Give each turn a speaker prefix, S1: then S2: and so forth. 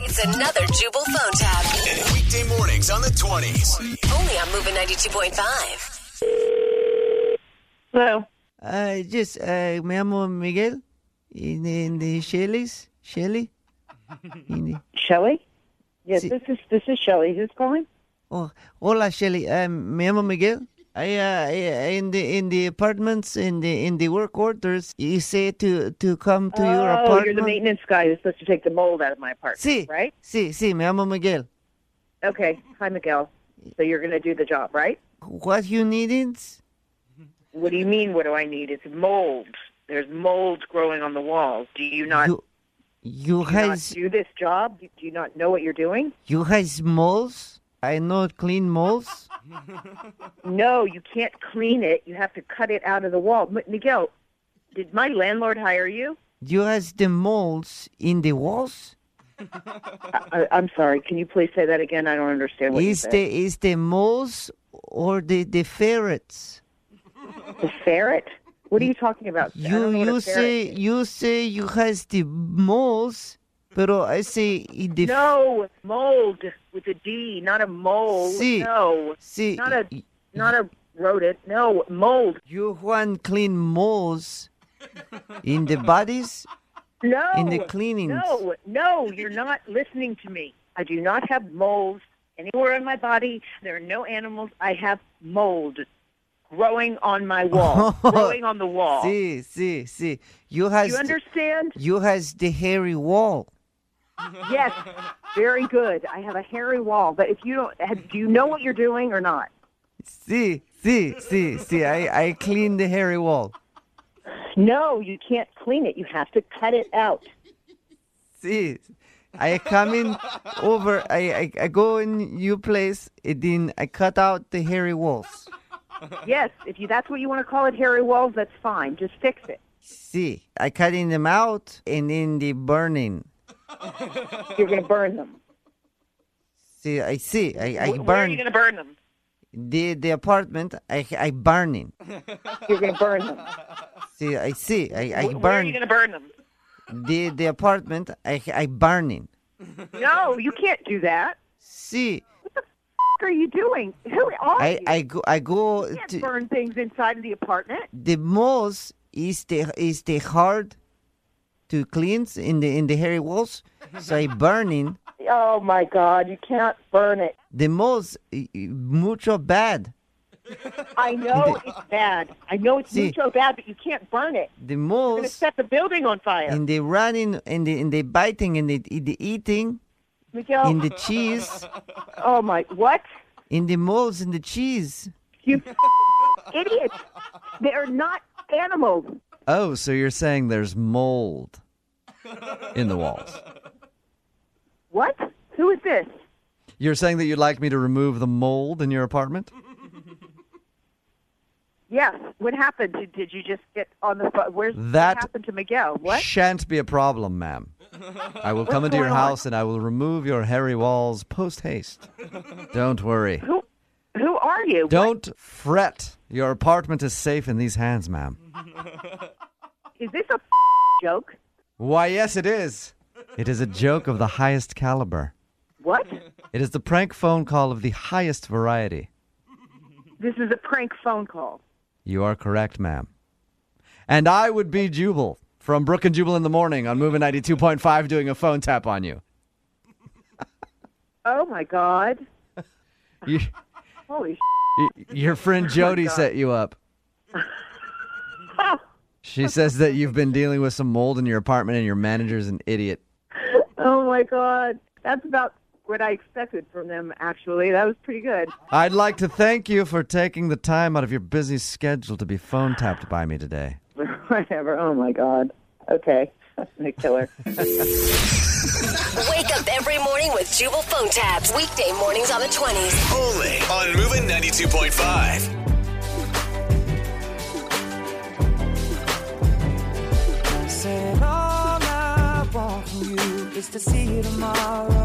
S1: It's another Jubal phone tab.
S2: Weekday mornings on the 20s.
S1: Only on Moving 92.5.
S3: Hello.
S4: Uh, yes, uh, me llamo Miguel. In the, in the Shelley's? Shelley? In the,
S3: Shelly? Yes,
S4: Si-
S3: this is this is Shelly. Who's calling?
S4: oh, hola, Shelley. Um, me llamo Miguel. I, uh, I- in the in the apartments in the in the work orders, you say to to come to your
S3: oh,
S4: apartment.
S3: you're the maintenance guy who's supposed to take the mold out of my apartment,
S4: Sí,
S3: right?
S4: sí, sí. Me llamo Miguel.
S3: Okay. Hi, Miguel. So you're going to do the job, right?
S4: What you needed?
S3: What do you mean? What do I need? It's mold. There's mold growing on the walls. Do you not,
S4: You you
S3: do you not
S4: has
S3: do this job? Do you not know what you're doing?
S4: you has moles. I know clean moles.
S3: No, you can't clean it. You have to cut it out of the wall. M- Miguel, did my landlord hire you?
S4: You has the moles in the walls.
S3: I, I'm sorry. Can you please say that again? I don't understand what you
S4: Is
S3: said.
S4: the is the moles or the the ferrets?
S3: The ferret? What are you talking about? I
S4: You
S3: don't know what a
S4: you
S3: ferret
S4: say
S3: is.
S4: you say you has the moles, pero I say in the
S3: no mold with a D, not a mole.
S4: See.
S3: No,
S4: see
S3: not a not a rodent. No mold.
S4: you want clean moles in the bodies
S3: No,
S4: in the cleanings.
S3: no, no. You're not listening to me. I do not have molds anywhere on my body. There are no animals. I have mold growing on my wall, growing on the wall.
S4: See see see you
S3: Do
S4: has
S3: you understand?
S4: you has the hairy wall.
S3: Yes, very good. I have a hairy wall, but if you don't, have, do you know what you're doing or not?
S4: See see see see I I clean the hairy wall.
S3: No, you can't clean it. You have to cut it out.
S4: See, I come in over. I, I I go in your place. And then I cut out the hairy walls.
S3: Yes, if you that's what you want to call it, hairy walls, that's fine. Just fix it.
S4: See, I cutting them out and then the burning.
S3: You're going to burn them.
S4: See, I see. I, I
S3: Wh- Where are you
S4: burn
S3: going to burn them?
S4: the the apartment. I I burning.
S3: You're going to burn them.
S4: See, I see. I I
S3: Wh- Where are you
S4: burn
S3: going to burn them?
S4: the the apartment. I I burning.
S3: No, you can't do that.
S4: See,
S3: What are you doing? Who are
S4: I
S3: you?
S4: I go I go
S3: you can't
S4: to
S3: burn things inside of the apartment.
S4: the most is the is the hard to cleanse in the in the hairy walls. So I burning.
S3: Oh my God, you can't burn it.
S4: the most eh, eh, mucho bad
S3: I know it's bad. I know it's
S4: See.
S3: so bad, but you can't burn it.
S4: the
S3: You're going to
S4: most
S3: set the building on fire.
S4: in the running in the in the biting in the, in the eating
S3: Miguel,
S4: in the cheese
S3: oh my, what?
S4: in the moles in the cheese
S3: You idiot. They are not animals.
S4: oh so you're saying there's mold in the walls
S3: What? Who is this?
S4: you're saying that you'd like me to remove the mold in your apartment
S3: Yes. What happened? Did, did you just get on the phone? Where's
S4: That-
S3: what happened to Miguel? What?
S4: shan't be a problem ma'am i will come into your house and i will remove your hairy walls post haste don't worry
S3: Who? Who are you?
S4: don't fret your apartment is safe in these hands ma'am
S3: Is this a joke?
S4: Why, yes, it is. It is a joke of the highest caliber.
S3: What?
S4: It is the prank phone call of the highest variety.
S3: This is a prank phone call.
S4: You are correct, ma'am. And I would be Jubal from Brook and Jubal in the Morning on Moving 92.5 doing a phone tap on you.
S3: Oh my God!
S4: you
S3: Holy
S4: y- your friend Jody set you up. She says that you've been dealing with some mold in your apartment and your manager's an idiot.
S3: Oh my God! That's about what I expected from them. Actually, that was pretty good.
S4: I'd like to thank you for taking the time out of your busy schedule to be phone tapped by me today.
S3: Whatever. Oh my God. Okay, the killer.
S1: Wake up every morning with Jubal phone tabs. Weekday mornings on the 20s.
S2: Only on Moving 92.5.
S5: Said all I want from you is to see you tomorrow.